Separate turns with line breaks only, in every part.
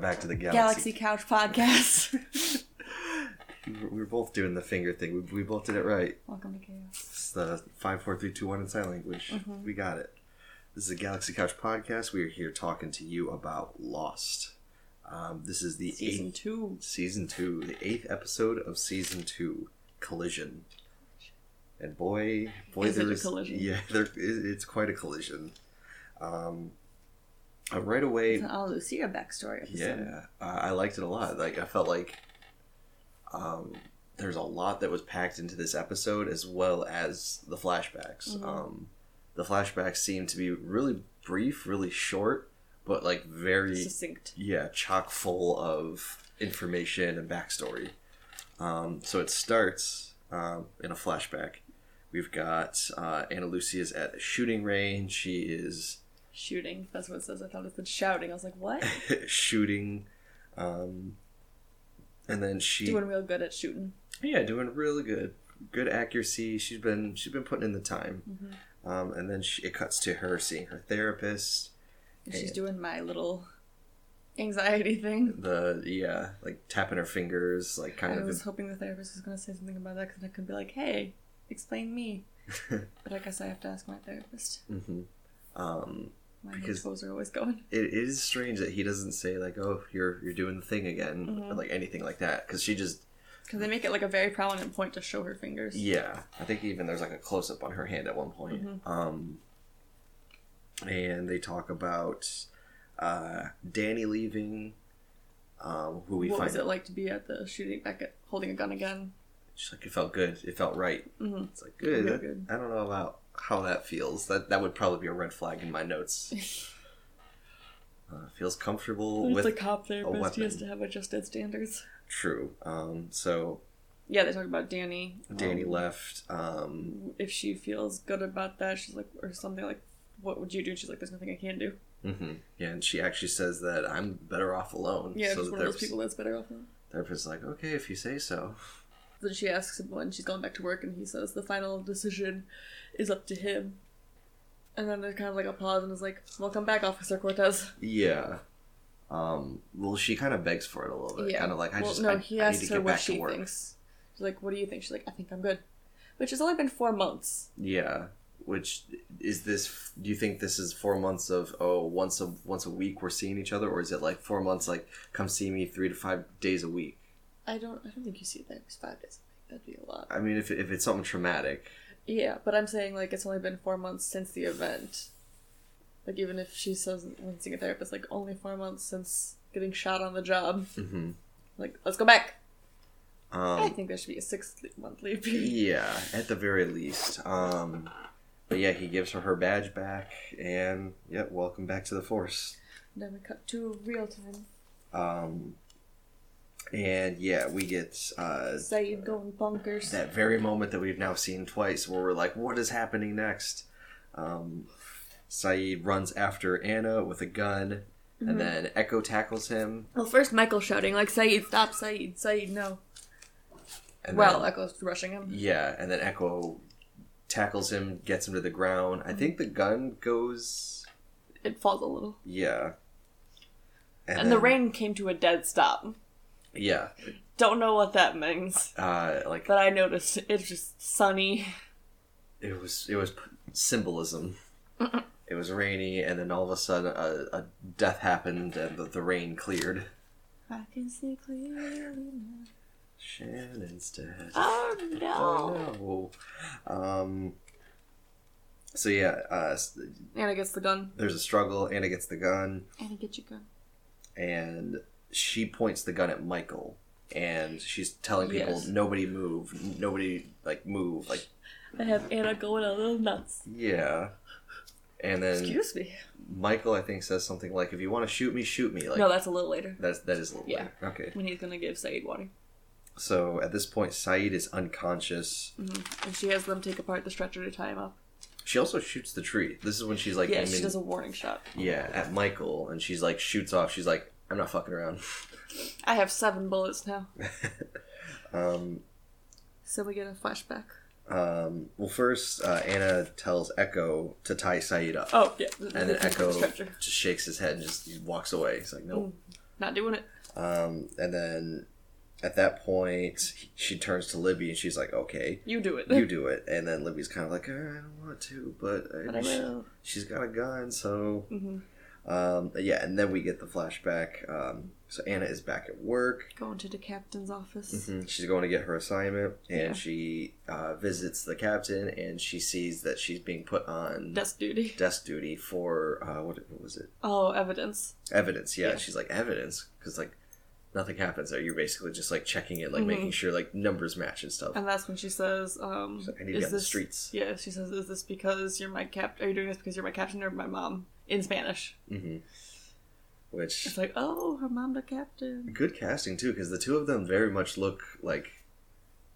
back to the galaxy.
Galaxy Couch Podcast.
We were- We were both doing the finger thing. We, we both did it right.
Welcome to chaos.
It's the five, four, three, two, one in sign language.
Mm-hmm.
We got it. This is a Galaxy Couch podcast. We are here talking to you about Lost. Um, this is the
Season
eighth
two.
season two, the eighth episode of season two, Collision. And boy, boy,
Is it a
there's
collision?
yeah, there, it- it's quite a collision. Um, uh, right away,
It's an all Lucia backstory episode.
yeah, uh, I liked it a lot. Like I felt like um, there's a lot that was packed into this episode, as well as the flashbacks. Um, the flashbacks seem to be really brief, really short, but like very
Succinct.
yeah, chock full of information and backstory. Um, so it starts um, in a flashback. We've got uh, Anna Lucia's at a shooting range. She is
Shooting. That's what it says. I thought it said shouting. I was like, what?
shooting, um, and then she
Doing real good at shooting.
yeah doing really good, good accuracy. She's been she's been putting in the time,
Mm-hmm.
um, and then she, it cuts to her seeing her therapist.
And she's
Yeah.
doing my little anxiety thing.
The yeah, like tapping her fingers, like kind
I
of
was hoping the therapist was going to say something about that because I could be like, hey, explain me. but I guess I have to ask my therapist.
Mhm. Um,
My
Because-
toes are always going.
it is strange that he doesn't say like, "Oh, you're you're doing the thing again,"
Mm-hmm.
or like anything like that, because she just
Because they make it like a very prominent point to show her fingers.
yeah. I think even there's like a close up on her hand at one point.
Mm-hmm.
Um, and they talk about uh, Danny leaving, um, who we
what
find
was it like to be at the shooting back at holding a gun again?
she's like it felt good, it felt right.
Mhm.
It's like good.
Real
that-
good.
I don't know about how that feels. That that would probably be a red flag in my notes. uh, feels comfortable
It's
with
a cop therapist. He has
weapon.
to have adjusted standards.
true. Um, so
Yeah, they talk about Danny.
Danny
Um,
left. Um,
If she feels good about that, she's like, or something like, "What would you do?" She's like, "There's nothing I can do."
mhm. Yeah, and she actually says that I'm better off alone.
Yeah,
so
she's
the
one of those
therapist,
people that's better off. alone.
therapist is like, okay, if you say so.
Then she asks him when she's going back to work, and he says the final decision is up to him. And then there's kind of like a pause, and is like, "Welcome back, Officer Cortez."
Yeah. Um, well, she kind of begs for it a little bit. Kind of like, I
well,
just
no.
I,
he
I
asks
need to
her
get
what
back
she
to work.
thinks. She's like, "What do you think?" She's like, "I think I'm good," which has only been four months.
Yeah. Which is this? Do you think this is four months of oh once a once a week we're seeing each other, or is it like four months like come see me three to five days a week?
I don't. I don't think you see that it was five days. a week. That'd be a lot.
I mean, if if it's something traumatic,
Yeah, but I'm saying like it's only been four months since the event. Like even if she says when seeing a therapist, like only four months since getting shot on the job.
mm-hmm.
Like let's go back. I
um,
think there should be a six le- month leave period.
yeah, at the very least. Um, but yeah, he gives her her badge back, and yeah, welcome back to the force.
Then we cut to real time.
Um, and yeah, we get uh,
Saeed going bonkers.
that very moment that we've now seen twice where we're like, what is happening next? Um, Saeed runs after Anna with a gun,
Mm-hmm.
and then Echo tackles him.
Well, first Michael shouting like Saeed, stop Saeed, Saeed, no.
And
well,
then,
Echo's rushing him.
yeah, and then Echo tackles him, gets him to the ground. I think the
Mm-hmm.
gun goes,
It falls a little,
yeah.
and the
then-
rain came to a dead stop.
yeah,
Don't know what that means,
uh, like
but I noticed it's just sunny.
it was it was p- symbolism. it was rainy, and then all of a sudden, a, a death happened, and the, the rain cleared.
I can see clearly. now.
Shannon's dead.
Oh no!
Oh no. Um, so yeah, uh, s-
Anna gets the gun.
there's a struggle. Anna gets the gun,
Anna, get your gun.
and she points the gun at Michael, and she's telling people,
Yes.
"Nobody move, n- nobody like move, like
I have Anna going a little nuts.
yeah." And then
Excuse me.
Michael, I think, says something like, "If you want to shoot me, shoot me." Like
no, that's a little later
that's that is a little
Yeah.
weird. okay.
when he's gonna give Saeed water.
So at this point, Saeed is unconscious.
And she has them take apart the stretcher to tie him up.
She also shoots the tree. This is when she's like,
Yeah,
aiming-
she does a warning shot.
yeah, at Michael, and she's like shoots off. She's like, I'm not fucking around.
I have seven bullets now.
Um,
So we get a flashback.
um, well, first uh, Anna tells Echo to tie Saeed up,
Oh yeah.
and then
The
Echo
stretcher.
just shakes his head and just walks away. He's like, nope.
Not doing it.
Um, and then at that point, he- she turns to Libby and she's like, okay,
You do it.
you do it. And then Libby's kind of like, "Uh, I don't want to, but I,
but I will.
she's got a gun, so.
Mm-hmm.
Um, yeah, and then we get the flashback. Um, so Anna is back at work.
Going to the captain's office.
Mhm. She's going to get her assignment, and
Yeah.
she uh, visits the captain, and she sees that she's being put on
Desk duty.
desk duty for uh, what, what was it?
Oh, evidence.
Evidence. Yeah,
Yeah.
she's like evidence because like nothing happens there. You're basically just like checking it, like
Mhm.
making sure like numbers match and stuff.
And that's when she says, um,
She's like, I need to
is
get on the
this...
streets.
Yeah, she says, is this because you're my cap? Are you doing this because you're my captain or my mom? In Spanish.
hmm Which
It's like, oh, her mom the captain.
good casting too, because the two of them very much look like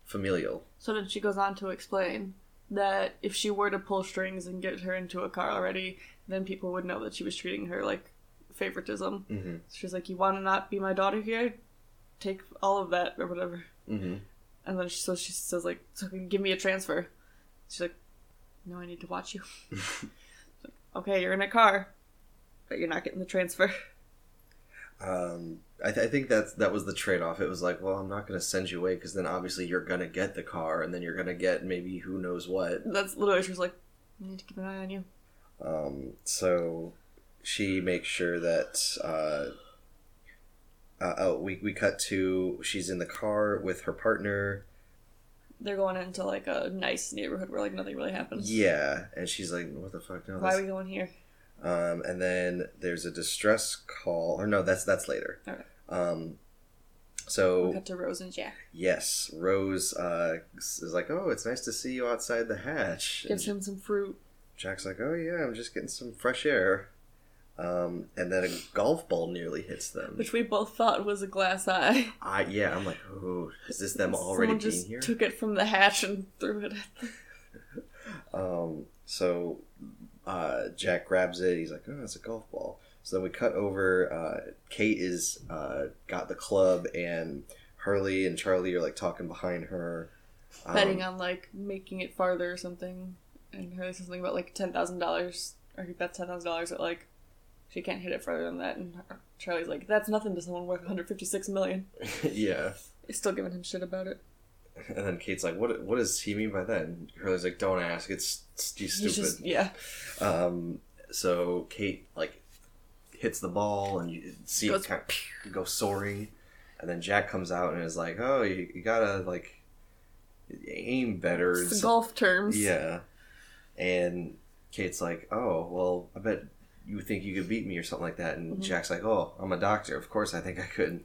familial.
So then she goes on to explain that if she were to pull strings and get her into a car already, then people would know that she was treating her like favoritism.
Mm-hmm.
So she's like, you want to not be my daughter here? Take all of that or whatever.
Mm-hmm.
And then she, so she says like, so give me a transfer. She's like, no, I need to watch you.
Mm-hmm.
It's like, okay, you're in a car, but you're not getting the transfer.
um, I, th- I think that's that was the trade off. It was like, well, I'm not going to send you away because then obviously you're going to get the car, and then you're going to get maybe who knows what.
That's literally she was like, I need to keep an eye on you.
Um, so she makes sure that. Uh, uh, oh, we we cut to she's in the car with her partner.
They're going into like a nice neighborhood where like nothing really happens.
Yeah, and she's like, "What the fuck?" No,
Why are
that's...
we going here?
Um, and then there's a distress call, or no, that's that's later.
Alright.
Um, so
We cut to Rose and Jack.
Yes, Rose uh, is like, "Oh, it's nice to see you outside the hatch." And
Gives him some fruit.
Jack's like, "Oh yeah, I'm just getting some fresh air." Um, and then a golf ball nearly hits them.
Which we both thought was a glass eye.
I yeah, I'm like, "Oh, is this them already
Someone
being
just
here?"
took it from the hatch and threw it at them.
Um, so uh, Jack grabs it. He's like, "Oh, it's a golf ball." So then we cut over. Uh, Kate is uh, got the club, and Hurley and Charlie are like talking behind her. Um,
betting on like making it farther or something. And her says something about like ten thousand dollars, or he bets ten thousand dollars that like she can't hit it further than that. And her- Charlie's like, that's nothing to someone worth one hundred fifty six million.
yeah.
He's still giving him shit about it.
And then Kate's like, "What? What does he mean by that?" And Hurley's like, "Don't ask. It's, it's he's
He's
stupid."
just yeah,
Um, so Kate like hits the ball, and you see
Goes
it kind of go soaring. And then Jack comes out and is like, "Oh, you, you gotta like aim better." and
it's the
so-
golf terms.
yeah. And Kate's like, "Oh, well, I bet you think you could beat me or something like that." And
Mhm.
Jack's like, "Oh, I'm a doctor. Of course, I think I could."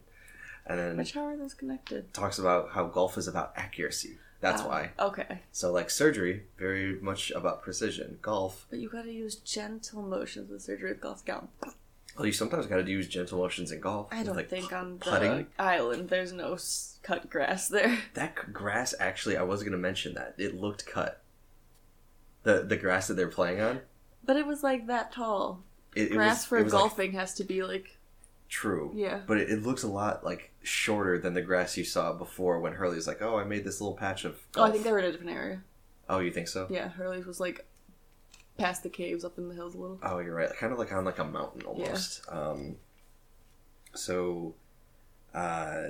And then
Which how are those connected?
talks about how golf is about accuracy. That's
Ah,
why.
Okay,
So, like surgery, very much about precision. Golf,
but you gotta use gentle motions with surgery with golf gown.
well, oh, you sometimes got to use gentle motions in golf.
I don't
Like,
think on the
putting?
island there's no s- cut grass there.
that c- grass actually, I was going to mention that it looked cut. The the grass that they're playing on,
But it was like that tall.
it, it
grass
was,
for
it was, like,
golfing has to be like
true,
yeah.
but it, it looks a lot like shorter than the grass you saw before when Hurley's like, "Oh, I made this little patch of."
Oh,
Golf.
I think they were in a different area.
Oh, you think so?
Yeah, Hurley's was like past the caves up in the hills a little.
Oh, you're right. Kind of like on like a mountain almost. Um, so, uh,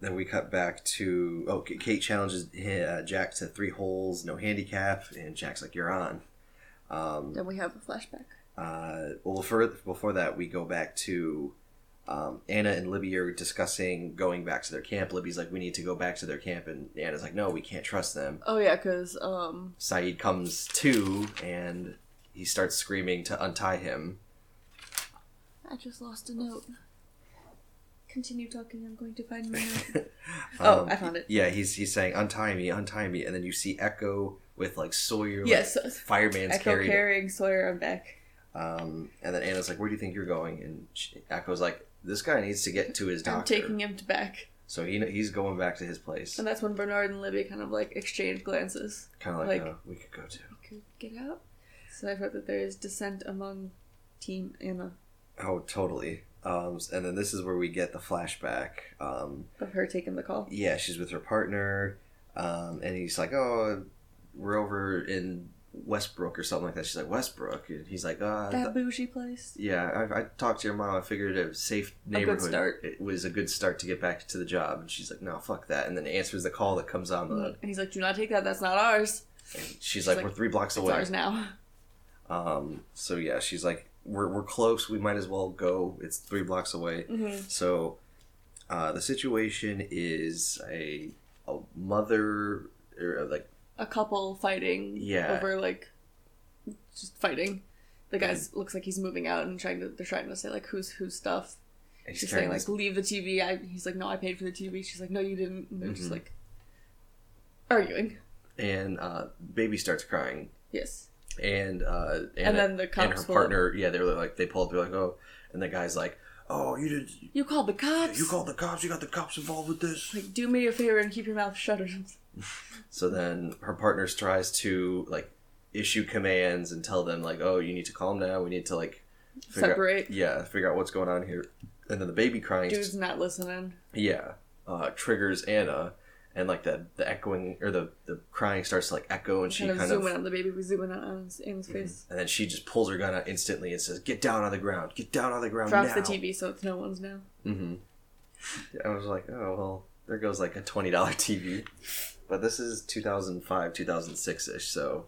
then we cut back to oh, K- Kate challenges uh, Jack to three holes, no handicap, and Jack's like, "You're on." Um,
Then we have a flashback.
uh, well, for, before that, we go back to um, Anna and Libby are discussing going back to their camp. Libby's like, "We need to go back to their camp," and Anna's like, "No, we can't trust them."
Oh yeah, because um,
Saeed comes to, and he starts screaming to untie him.
I just lost a note. Continue talking. I'm going to find my note. Oh,
Um,
I found it.
Yeah, he's he's saying untie me, untie me, and then you see Echo with like Sawyer, like,
yes,
fireman's
Echo
carried.
carrying Sawyer. I'm back.
Um, and then Anna's like, "Where do you think you're going?" And she, Echo's like, "This guy needs to get to his
I'm
doctor."
taking him to back,
so he he's going back to his place,
and that's when Bernard and Libby kind of like exchange glances.
kind of like,
like-
uh, we could go to.
Could get out. So I've heard that there is dissent among Team Anna
Oh, totally. Um, and then this is where we get the flashback. Um,
of her taking the call.
yeah, she's with her partner, um, and he's like, "Oh, we're over in Westbrook or something like that. She's like Westbrook, and he's like, uh,
that bougie place.
yeah, I, I talked to your mom. I figured a safe neighborhood
start.
It was a good start to get back to the job. And she's like, no, fuck that. And then answers the call that comes on the.
And he's like, do not take that. That's not ours.
And she's, like,
Mm-hmm. like,
we're three blocks
It's
away.
ours now.
Um, so yeah, she's like, we're we're close. We might as well go. It's three blocks away.
Mhm.
So uh, the situation is a a mother or like
A couple fighting
Yeah.
over like just fighting. The guy's looks like he's moving out and trying to. They're trying to say like who's whose stuff.
he's
She's
carrying
saying like
this-
leave the TV. I, he's like no, I paid for the TV. She's like no, you didn't. And they're
Mhm.
just like arguing.
and uh, baby starts crying
Yes.
and uh, and,
And then the
and her
cops will-
partner yeah they were like they pull up they're like oh and the guy's like oh you did
You called the cops.
you called the cops you got the cops involved with this
Like do me a favor and keep your mouth shut or something.
So then her partner tries to like issue commands and tell them like, "Oh, you need to calm down. We need to like figure
Separate.
Out, yeah, figure out what's going on here." And then the baby crying,
Dude's not listening.
yeah, uh, triggers Anna, and like the the echoing or the the crying starts to like echo, and she
kind of
kind
zoom
of, Mm-hmm.
in on the baby, we zoom in on his, in his face.
and then she just pulls her gun out instantly and says, "Get down on the ground. Get down on the ground
Drops
now."
the TV so it's no one's now.
hmm I was like, "Oh well." There goes like a twenty dollar TV, but this is two thousand five, two thousand six ish. So,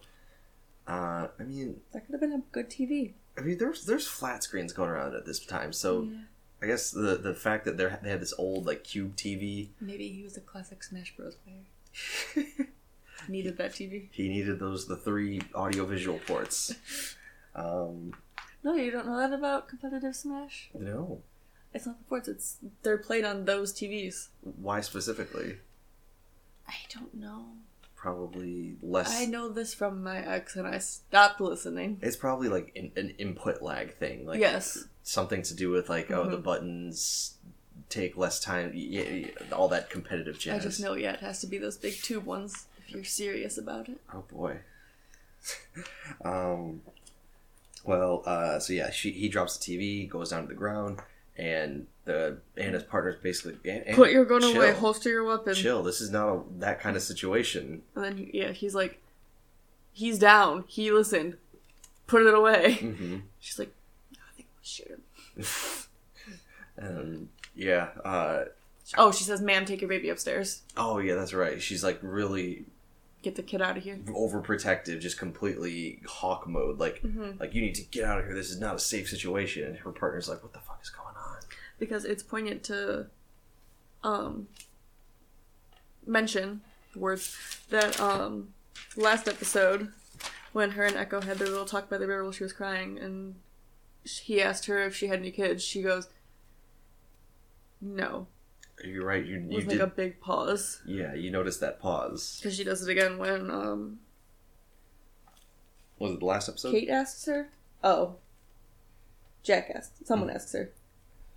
uh, I mean,
That could have been a good TV.
I mean, there's there's flat screens going around at this time, so
Mm-hmm.
I guess the the fact that they they had this old like cube TV,
Maybe he was a classic Smash Bros. player. Needed that TV.
he needed those the three audiovisual ports. Um,
No, you don't know that about competitive Smash?
no,
It's not the ports, it's they're played on those TVs.
why specifically?
I don't know.
Probably less.
I know this from my ex and I stopped listening.
It's probably like an, an input lag thing, like
yes.
something to do with like oh the
Mhm.
buttons take less time, yeah, all that competitive
I
jazz.
just know, yeah, it has to be those big tube ones if you're serious about it.
Oh boy. um, well, uh, so yeah, she he drops the TV, goes down to the ground, and the Anna's partner's basically "An- Anna,
Put your gun
chill,
away, holster your weapon.
Chill. This is not a, that kind of situation.
And then, he, yeah, he's like, he's down. He listened. Put it away.
Mm-hmm.
She's like, I think we'll shoot him.
Um, yeah. Uh,
Oh, she says, ma'am, take your baby upstairs.
oh yeah, that's right. She's like really
Get the kid out of here.
overprotective, just completely hawk mode. Like
Mhm.
like you need to get out of here. This is not a safe situation. And her partner's like, what the fuck is going on?
Because it's poignant to um, mention the words that um, last episode, when her and Echo had their little talk by the river while she was crying, and sh- he asked her if she had any kids, she goes, no.
You're right. You
It
you
was like
did.
a big pause.
Yeah, you noticed that pause.
Because she does it again when um,
Was it the last episode?
Kate asks her. Oh. Jack asks. Someone
Hmm.
asks her.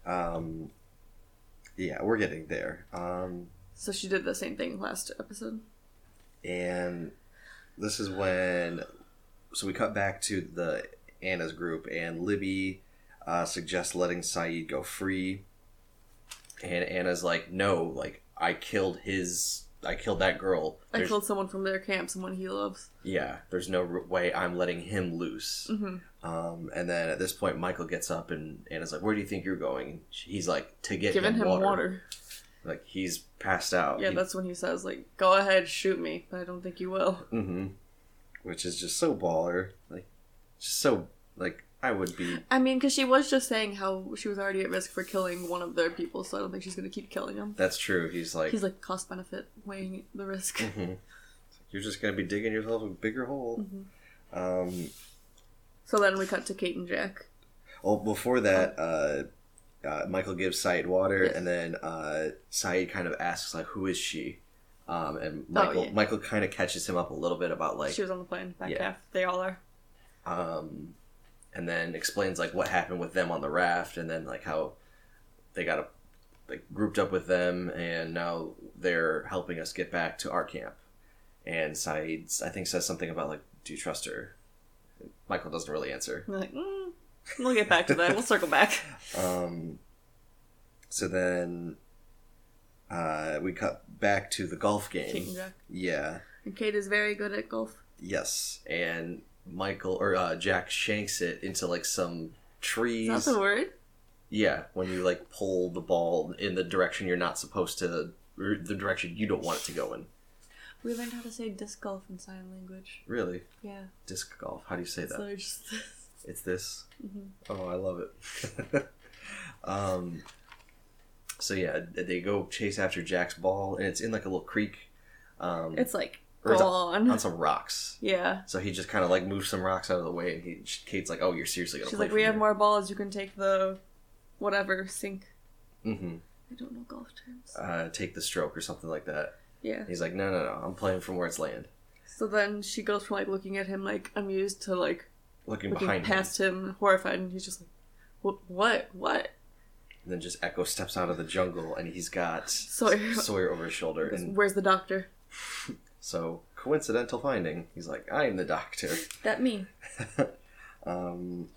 Um, yeah, we're getting there. Um,
So she did the same thing last episode.
and this is when, so we cut back to the Anna's group, and Libby uh, suggests letting Saeed go free, and Anna's like, "No, like I killed his, I killed that girl.
I
There's-
killed someone from their camp, someone he loves.
yeah, there's no r- way I'm letting him loose."
Mm-hmm.
Um, and then at this point, Michael gets up, and Anna's like, "Where do you think you're going?" He's like, "To get
Giving
him,
him water.
water. Like he's passed out.
Yeah,
He-
that's when he says, like, go ahead, shoot me, but I don't think you will.
Mm-hmm. Which is just so baller. Like, just so, like, I would be.
I mean, because she was just saying how she was already at risk for killing one of their people, so I don't think she's going to keep killing him.
That's true. He's like,
He's like, cost benefit, weighing the risk.
Mhm. you're just going to be digging yourself a bigger hole.
Mhm.
Um,
So then we cut to Kate and Jack.
well, before that, uh, uh, Michael gives Said water,
Yes.
and then uh, Said kind of asks, like, who is she? Um, and Michael,
Oh, yeah.
Michael kind of catches him up a little bit about, like,
she was on the plane, back
Yeah.
half. They all are.
um, and then explains like what happened with them on the raft, and then like how they got a, like grouped up with them, and now they're helping us get back to our camp. And Saeed, I think, says something about like, "Do you trust her?" Michael doesn't really answer.
We're like, mm, we'll get back to that. We'll circle back.
Um, so then uh, we cut back to the golf game.
Kate and Jack.
Yeah,
And Kate is very good at golf.
Yes, and Michael or uh, Jack shanks it into like some
Is
trees.
that the word?
Yeah, when you like pull the ball in the direction you're not supposed to, or the direction you don't want it to go in.
We learned how to say disc golf in sign language.
Really,
Yeah.
disc golf. How do you say that?
So it's just
It's this.
Mhm.
Oh, I love it. um, so yeah, they go chase after Jack's ball, and it's in like a little creek. Um,
it's like
Or it's
gone.
on some rocks.
yeah.
So he just kind of like moves some rocks out of the way, and he Kate's like, "Oh, you're seriously gonna?"
She's
play
like, we have more balls. You can take the, whatever sink.
Mm-hmm.
I don't know golf terms.
Uh, take the stroke or something like that.
yeah.
And he's like, "No, no, no! I'm playing from where it's land,
So then she goes from like looking at him like amused to like
looking,
looking
behind him."
past him. horrified, and he's just like, what, what, what?
And then just Echo steps out of the jungle, and he's got
Sawyer.
Sawyer over his shoulder,
Goes,
and
Where's the doctor?
so coincidental finding, he's like, "I'm the doctor."
That me.
Um,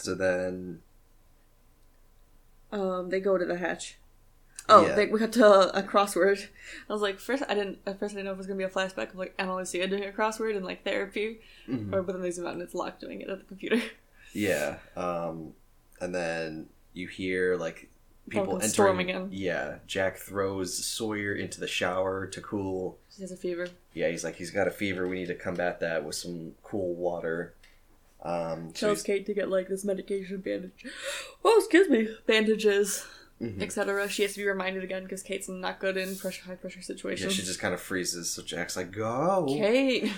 so then,
Um, they go to the hatch. Oh,
Yeah.
they, we got to a crossword. I was like, first I didn't at first I didn't know if it was gonna be a flashback of like Anna Lucia doing a crossword and like therapy,
Mm-hmm.
or but then they zoom out and it's Locke doing it at the computer.
yeah, um, and then you hear like people
Vulcan
entering.
storming in.
Yeah, Jack throws Sawyer into the shower to cool.
She has a fever.
Yeah, he's like, he's got a fever. We need to combat that with some cool water. Um, so
Tells Kate to get like this medication bandage. Oh, excuse me, bandages,
Mhm.
etc. She has to be reminded again because Kate's not good in pressure high pressure
he's- yeah,
situations.
she just kind of freezes. So Jack's like, go.
Kate,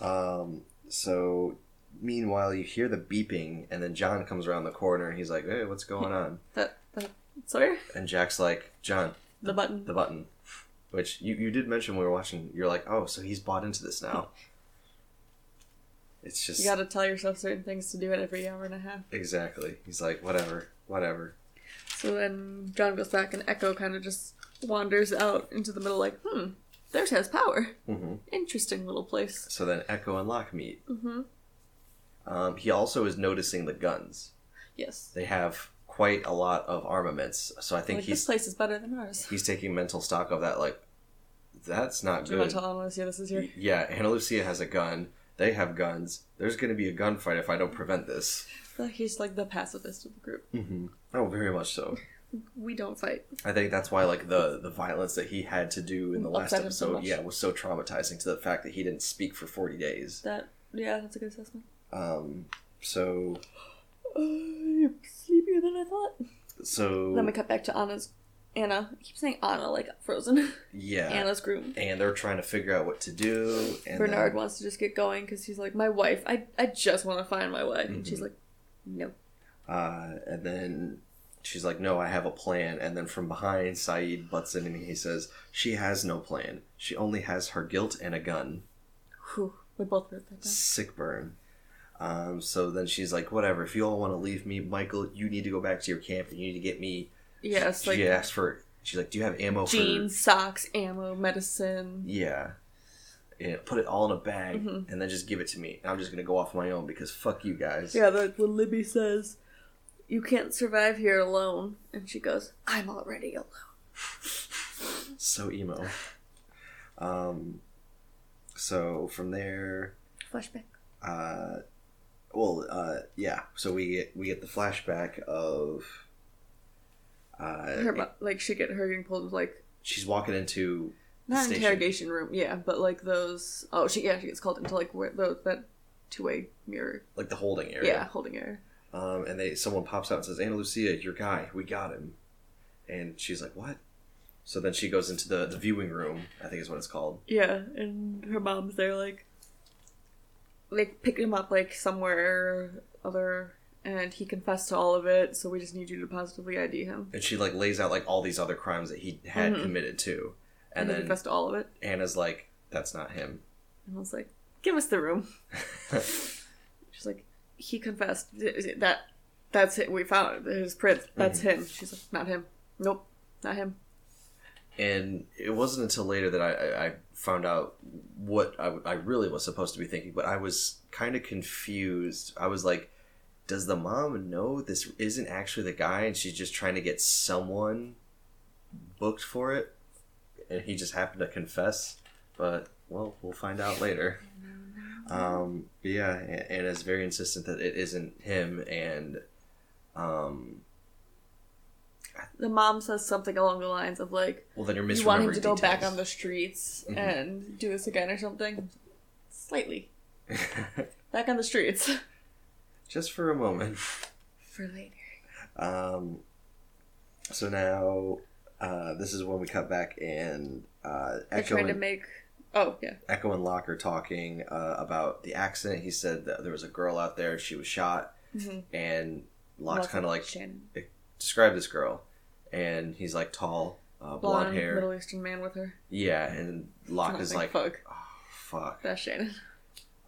Um, so meanwhile, you hear the beeping, and then John comes around the corner, and he's like, hey, what's going on?
that, that Sawyer,
And Jack's like, John,
the button.
the button, which you, you did mention when we were watching. You're like, oh, so he's bought into this now. It's just
You gotta tell yourself certain things to do at every hour and a half.
exactly. He's like, whatever, whatever.
So then John goes back, and Echo kind of just wanders out into the middle, like, hmm, there's has power.
hmm
Interesting little place.
So then Echo and Locke meet.
Mm-hmm.
Um, he also is noticing the guns.
Yes.
They have quite a lot of armaments, so I think
like, this
he's
place is better than ours.
he's taking mental stock of that. Like, that's not
Do you want
good.
to tell Annalise, yeah, this is here?
Yeah, Anna Lucia has a gun. They have guns. There's going to be a gunfight if I don't prevent this.
I feel like he's like the pacifist of the group.
Mm-hmm. Oh, very much so.
We don't fight.
I think that's why like the the violence that he had to do in the last
Upset him so
episode,
much.
yeah, was so traumatizing to the fact that he didn't speak for forty days.
That, yeah, that's a good assessment.
Um, so
Uh, I'm sleepier than I thought. Then
so
we cut back to Anna's. Anna. I keep saying Anna, like frozen.
yeah,
Anna's groom.
and uh, they're trying to figure out what to do. And
Bernard
then-
wants to just get going because he's like, my wife. I, I just want to find my wife.
Mm-hmm.
And she's like, no.
uh, and then she's like, "No, I have a plan." And then from behind, Saeed butts in and he says, "She has no plan. She only has her guilt and a gun."
Whew, we both wrote that down.
Sick burn. Um, so then she's like, "Whatever. If you all want to leave me, Michael, you need to go back to your camp and you need to get me."
Yeah, it's like
she asked for. She's like, "Do you have ammo
jeans,
for?"
socks, ammo, medicine.
Yeah. Yeah, put it all in a bag
Mm-hmm.
and then just give it to me. And I'm just gonna go off my own because fuck you guys.
Yeah, like when Libby says, "You can't survive here alone," and she goes, "I'm already alone."
So emo. Um. So from there,
Flashback.
uh, well, uh, yeah. So we get we get the flashback of. Uh,
Her, mo- like she get her getting pulled with like
she's walking into the
not
station.
interrogation room, yeah, but like those. Oh, she yeah, she gets called into like where, those, that two way mirror,
like the holding
yeah,
area.
holding area.
Um, and they someone pops out and says, "Anna Lucia, your guy, we got him." And she's like, "What?" So then she goes into the the viewing room. I think is what it's called.
Yeah, and her mom's there, like, like picking him up, like somewhere other, and he confessed to all of it. So we just need you to positively ID him.
And she like lays out like all these other crimes that he had committed too.
And,
And
he
then
confessed to all of it.
Anna's like, "That's not him."
And I was like, "Give us the room." She's like, "He confessed. Is it That, that's it. We found it. his print. That's
Mm-hmm.
him." She's like, "Not him. Nope, not him."
and it wasn't until later that I, I, I found out what I, I really was supposed to be thinking but i was kind of confused i was like does the mom know this isn't actually the guy and she's just trying to get someone booked for it and he just happened to confess but well, we'll find out later. Um, but yeah, and, and is very insistent that it isn't him. And um,
The mom says something along the lines of like,
well, then you're misremembering.
"You want him to go back
details.
on the streets
Mhm.
and do this again or something." Slightly back on the streets
just for a moment.
for later.
Um, so now uh, this is when we cut back and uh,
They're
Echo
trying to
and,
make. Oh yeah,
Echo and Locke are talking uh, about the accident. He said that there was a girl out there. She was shot,
mm-hmm.
and Locke's kind of like
Shannon,
describe this girl, and he's like tall, uh, blonde,
blonde
hair.
Middle Eastern man with her.
Yeah, and Locke
And I
is
was
like,
"Fuck,
oh, fuck.
that's Shannon."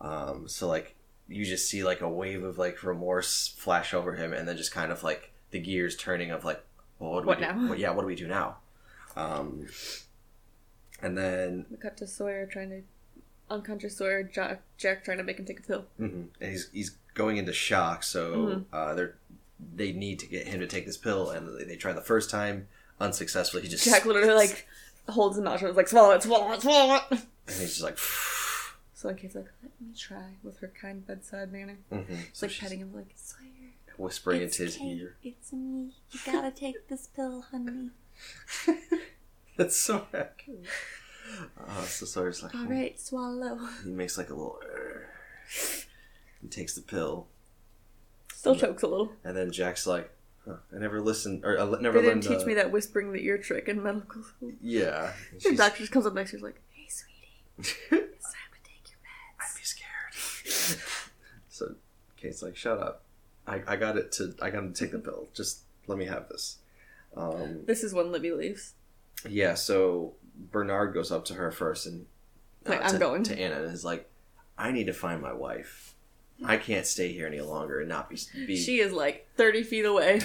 Um, so like you just see like a wave of like remorse flash over him, and then just kind of like the gears turning of like, well, what do
What
we do?
now?
Well, yeah, what do we do now? Um, and then
We cut to Sawyer trying to unconscious Sawyer. Jack, Jack trying to make him take a pill.
mhm, and he's he's going into shock, so
Mhm.
uh, they're they need to get him to take this pill, and they, they try the first time unsuccessfully. He just
Jack literally like holds him out and is like, "Swallow it, swallow it, swallow it."
and he's just like. mm-hmm.
So like he's like, "Let me try," with her kind bedside manner.
mhm.
It's
So
like
she's
petting him, like Sawyer.
whispering
It's
into his
Kate.
ear.
It's me. You gotta take this pill, honey.
That's so accurate. Uh, so Sawyer's like,
All right, swallow.
He makes like a little. "Urgh." He takes the pill,
Still chokes a little.
and then Jack's like, huh, "I never listened, or I le- never
They didn't
learned."
teach
uh,
me that whispering the ear trick in medical school.
Yeah, And
The
she's-
doctor just comes up next to her, like,
Hey, sweetie.
I'd
It's time to take your meds.
be scared. so Kate's like, "Shut up! I, I got it to. I got him to take the pill. Just let me have this." Um,
"This is when Libby leaves."
yeah. So Bernard goes up to her first, and uh,
Like, "I'm
to,
going."
to Anna, and is like, "I need to find my wife. I can't stay here any longer and not be be."
She is like thirty feet away.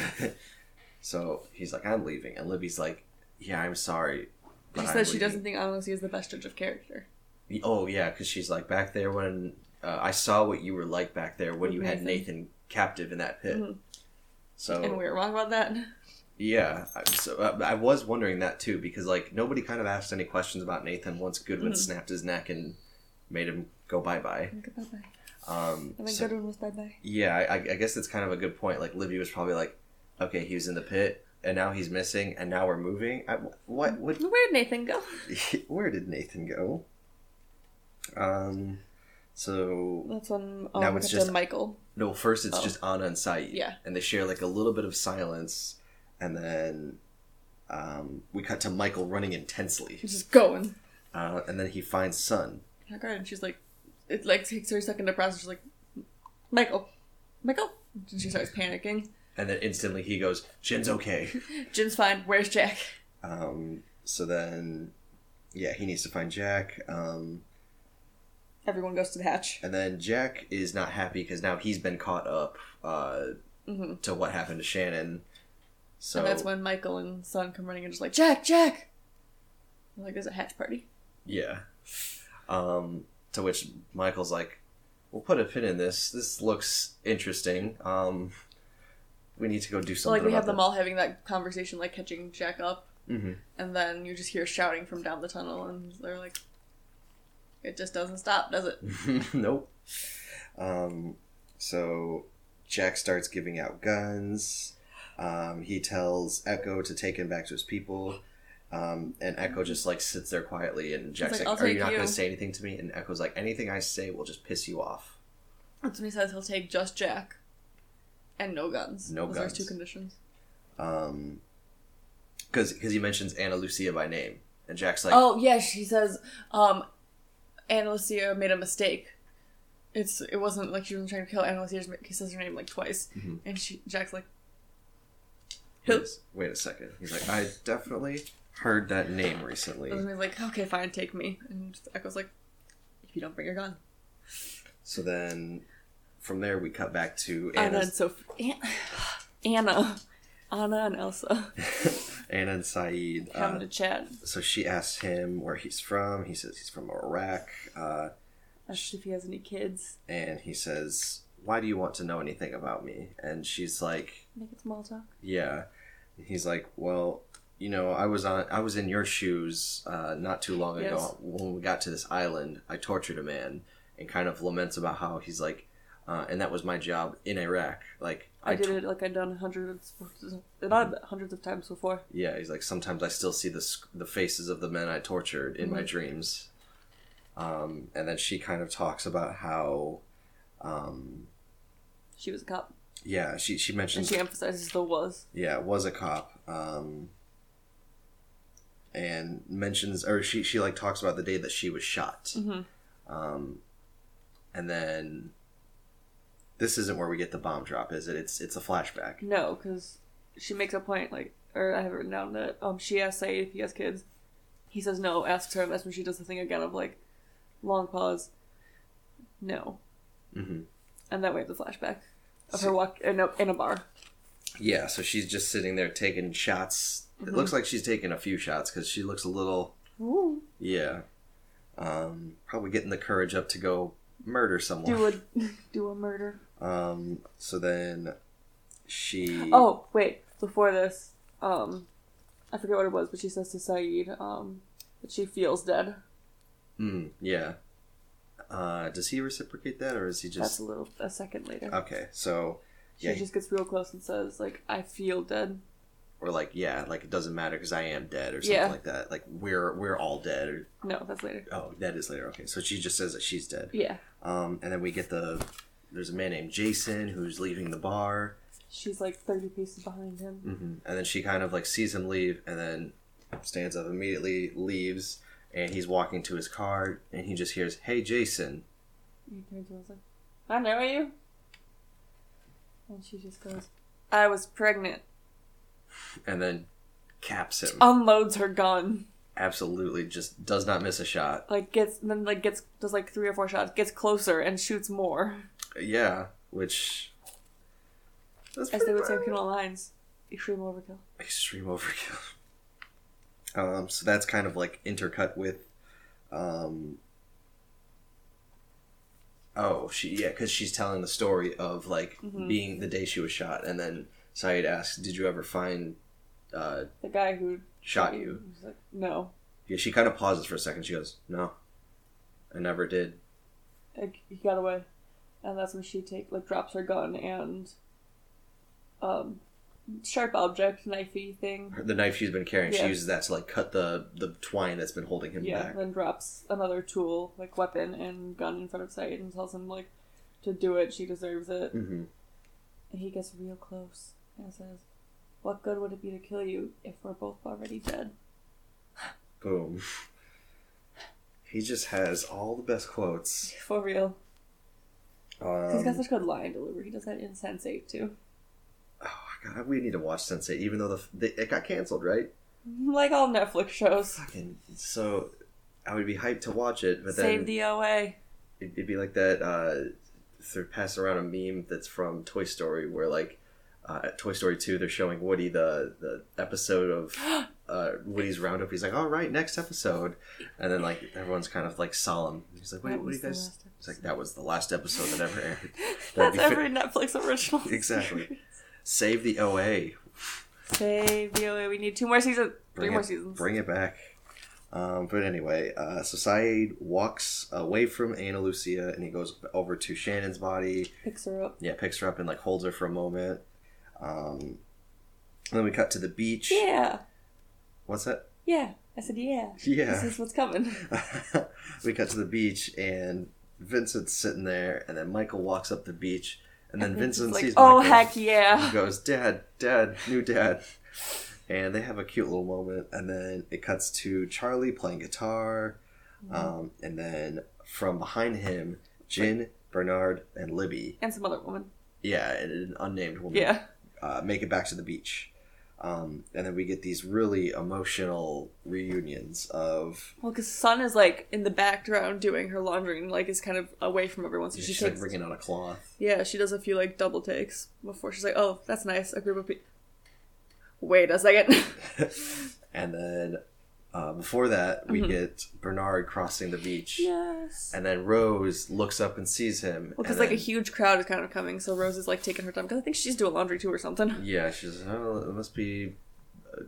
So he's like, I'm leaving. And Libby's like, Yeah, I'm sorry.
She
I'm
says she
leaving."
doesn't think Honesty is the best judge of character.
Oh, yeah, because she's like, Back there when uh, I saw what you were like back there when
With
you had
Nathan.
Nathan captive in that pit.
Mhm.
So,
And we were wrong about that.
yeah. I- So uh, I was wondering that too, because like nobody kind of asked any questions about Nathan once Goodwin
Mhm.
snapped his neck and made him go bye bye.
Bye bye.
Um,
And then
so-
Goodwin was bye bye.
Yeah, I, I guess it's kind of a good point. Like Libby was probably like, Okay, he was in the pit. And now he's missing, and now we're moving. I, what? What?
Where'd Nathan go?
where did Nathan go? Um, so
That's when um,
Now
we
it's
cut to
just-
Michael.
no, first it's
Oh.
just Anna and Saeed.
Yeah.
and they share like a little bit of silence, and then um, we cut to Michael running intensely,
He's just going.
uh, and then he finds Sun.
Her guard, and she's like, it like takes her a second to process. She's like, Michael, Michael. And she starts panicking.
and then instantly he goes, "Jin's okay."
Jim's fine. Where's Jack?
um, so then, yeah, he needs to find Jack, um,
Everyone goes to the hatch.
and then Jack is not happy because now he's been caught up uh,
hmm
to what happened to Shannon. So
and that's when Michael and Son come running and just like, Jack, Jack. I'm like, there's a hatch party.
Yeah. Um, to which Michael's like, "We'll put a pin in this. This looks interesting. Um, we need to go do
So
something."
like we have them all having that conversation, like catching Jack up,
hmm
and then you just hear shouting from down the tunnel, and they're like, it just doesn't stop, does it?
nope. Um, so Jack starts giving out guns. Um, he tells Echo to take him back to his people. Um, and Echo just like sits there quietly, and Jack's
Mm-hmm. like,
like,
"I'll
"Are you
take
not going
you."
to say anything to me?" And Echo's like, "Anything I say will just piss you off."
That's when he says he'll take just Jack, and no guns.
No
Those are his
guns.
two conditions.
um because because he mentions anna lucia by name and jack's like
oh yeah, she says, um, Anna Lucia made a mistake. It's it wasn't like she was trying to kill Anna Lucia. He says her name like twice,
Mhm.
and she Jack's like,
wait, wait a second he's like i definitely heard that name recently
and he's like, okay, fine, take me. And Echo's like, if you don't bring your gun,
so then from there we cut back to
Anna and
Anna's,
Sophie, An- Anna, Anna and
Uh,
Elsa
anna and saeed
having
uh,
to chat.
so she asks him where he's from he says he's from iraq uh,
Asks if he has any kids.
and he says why do you want to know anything about me and she's like
Make it small talk.
yeah And he's like well you know, I was on, I was in your shoes uh, not too long ago
Yes.
when we got to this island. I tortured a man and kind of laments about how he's like, uh, and that was my job in Iraq. Like
I, did
t-
it like I'd done hundreds, of- not hundreds of times before.
Yeah, he's like sometimes I still see the sc- the faces of the men I tortured in my dreams. Um, and then she kind of talks about how, um,
She was a cop,
yeah, she she
and
mentions
she emphasizes the was.
yeah was a cop. Um, and mentions or she she like talks about the day that she was shot.
Mhm.
Um, and then this isn't where we get the bomb drop, is it? It's it's a flashback.
No, because she makes a point, like, or I have it written down that um, she asks Saeed if he has kids. He says no, asks her, and that's when she does the thing again of, like, long pause, no.
hmm
And that way the flashback of
See-
her walk in a, in a bar.
Yeah, so she's just sitting there taking shots. It
Mhm.
looks like she's taking a few shots because she looks a little,
Ooh.
yeah, um, probably getting the courage up to go murder
Do
someone.
a do a murder.
Um, so then she,
Oh wait, before this, um, I forget what it was, but she says to Saeed, um, that she feels dead.
Mm, yeah. Uh, does he reciprocate that, or is he
That's
just
a little a second later.
okay? So
she
yeah.
just gets real close and says, like, I feel dead.
or like yeah, like it doesn't matter because I am dead or something
Yeah.
like that. Like we're we're all dead. Or,
No, that's later.
oh, that is later. Okay, so she just says that she's dead.
Yeah.
Um, and then we get the there's a man named Jason who's leaving the bar,
She's like thirty paces behind him.
hmm and then she kind of like sees him leave, and then stands up immediately, leaves, and he's walking to his car, and he just hears "Hey, Jason,"
He turns and was like, I know you. And she just goes, I was pregnant.
and then caps
Oh.
him.
Unloads her gun.
Absolutely, just does not miss a shot.
Like gets then like gets does like three or four shots, gets closer and shoots more.
Yeah, which that's
As they
pretty
would say in
bad.
Criminal Lines. Extreme overkill.
extreme overkill. Um, so that's kind of like intercut with, um, oh she yeah, because she's telling the story of like
Mhm.
being the day she was shot, and then Saeed asks, "Did you ever find uh,
The guy who
shot you?"
was like, No.
Yeah, she kind of pauses for a second. She goes, "No, I never did."
Like, he got away. And that's when she take like drops her gun and um sharp object, knifey thing.
Her- The knife she's been carrying, she
Yeah.
uses that to like cut the the twine that's been holding him
Yeah,
back.
then drops another tool, like weapon and gun in front of Said and tells him like to do it, she deserves it.
hmm
And he gets real close and says, What good would it be to kill you if we're both already dead?
Boom. He just has all the best quotes.
For real. 'Cause he's got
Um,
such good line delivery. He does that in Sensei too.
oh my god, we need to watch Sensei, even though the they, it got canceled, right?
Like all Netflix shows.
Fucking so, I would be hyped to watch it, but
Save
then
the OA.
it'd, it'd be like that. Uh, they're passing around a meme that's from Toy Story, where like uh, at Toy Story Two, they're showing Woody the the episode of uh, Woody's Roundup. He's like, "All right, next episode," and then like everyone's kind of like solemn. He's like, "Wait,
That
what do you
was the
guys?"
last
It's like that was the last episode that ever aired. That'd
That's
be
every Netflix original.
Exactly. Save the OA.
Save the OA. We need two more seasons. Three
Bring
more
it-
seasons.
Bring it back. Um, but anyway, uh, so Saeed walks away from Anna Lucia and he goes over to Shannon's body.
Picks her up.
Yeah, picks her up and like holds her for a moment. Um, and then we cut to the beach.
Yeah.
What's that?
Yeah. I said, yeah. This
Yeah.
is what's coming.
we cut to the beach and Vincent's sitting there and then Michael walks up the beach and then
Vince is
Vincent
like,
sees
Oh,
Michael.
heck yeah.
He goes, Dad, Dad, new dad. And they have a cute little moment. And then it cuts to Charlie playing guitar.
Mm-hmm.
Um, and then from behind him, Jin, Bernard, and Libby.
And some other woman.
Yeah, and an unnamed woman.
Yeah.
Uh, make it back to the beach. Um, and then we get these really emotional reunions of.
Well, because Sun is like in the background doing her laundry and like is kind of away from everyone, so she
she's
takes.
like wringing out a cloth.
yeah, she does a few like double takes before she's like, "Oh, that's nice." A group of people. Wait a second.
And then uh, before that, we
Mm-hmm.
get Bernard crossing the beach.
yes.
And then Rose looks up and sees him.
Well, because
and
like a
then-
huge crowd is kind of coming, so Rose is like taking her time because I think she's doing laundry too or something.
Yeah, she's oh, it must be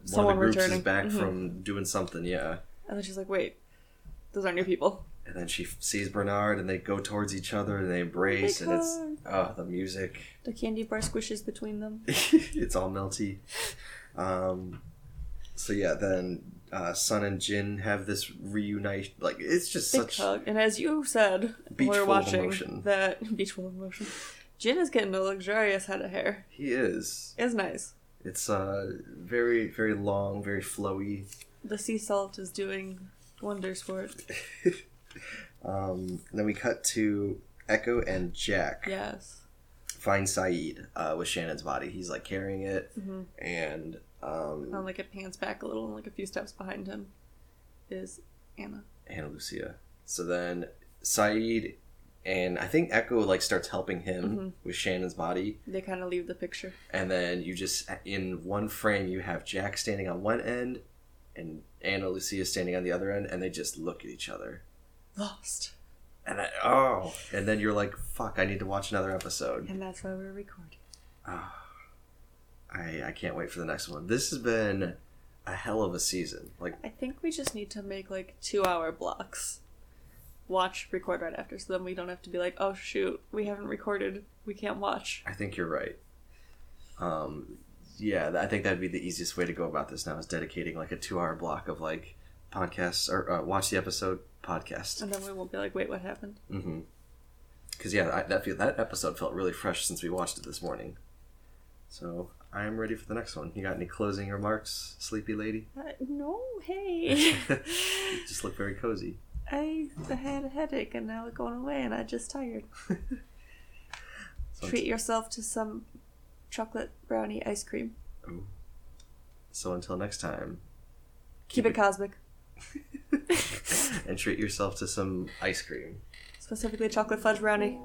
Someone
one of the groups
returning.
is back
Mhm.
from doing something, yeah.
And then she's like, wait, those are new people.
And then she f- sees Bernard, and they go towards each other, and they embrace, and it's oh, the music,
The candy bar squishes between them.
it's all melty. Um, so yeah, then uh, Sun and Jin have this reunite. Like it's just
Big
such
hug. And as you said,
Beach
we're
full of
watching
emotion.
that beach full of emotion. Jin is getting a luxurious head of hair.
he is.
It's nice.
It's uh very very long, very flowy.
The sea salt is doing wonders for it.
Um, then we cut to Echo and Jack
Yes.
find Saeed uh, with Shannon's body. He's like carrying it,
Mhm.
and um,
And like it pans back a little, and like a few steps behind him is Anna.
Anna Lucia. So then Saeed and I think Echo like starts helping him
Mhm.
with Shannon's body,
They kind of leave the picture.
and then you just in one frame you have Jack standing on one end and Anna Lucia standing on the other end, and they just look at each other.
Lost.
And I, oh, and then you're like, "Fuck! I need to watch another episode."
And that's why we're recording.
Oh, I I can't wait for the next one. This has been a hell of a season. Like,
I think we just need to make like two hour blocks. Watch, record right after, so then we don't have to be like, oh shoot, we haven't recorded, we can't watch.
I think you're right. Um, yeah, I think that'd be the easiest way to go about this now is dedicating like a two hour block of like podcasts or uh, watch the episode podcast.
And then we won't be like, wait, what happened?
Mm-hmm. Because yeah, I, that feel, that episode felt really fresh since we watched it this morning. So I'm ready for the next one. You got any closing remarks, sleepy lady?
Uh, no, hey.
You just look very cozy.
I had a headache and now it's going away and I'm just tired.
So,
Treat yourself to some chocolate brownie ice cream.
Ooh. so until next time,
Keep, it cosmic.
and treat yourself to some ice cream.
Specifically chocolate fudge brownie.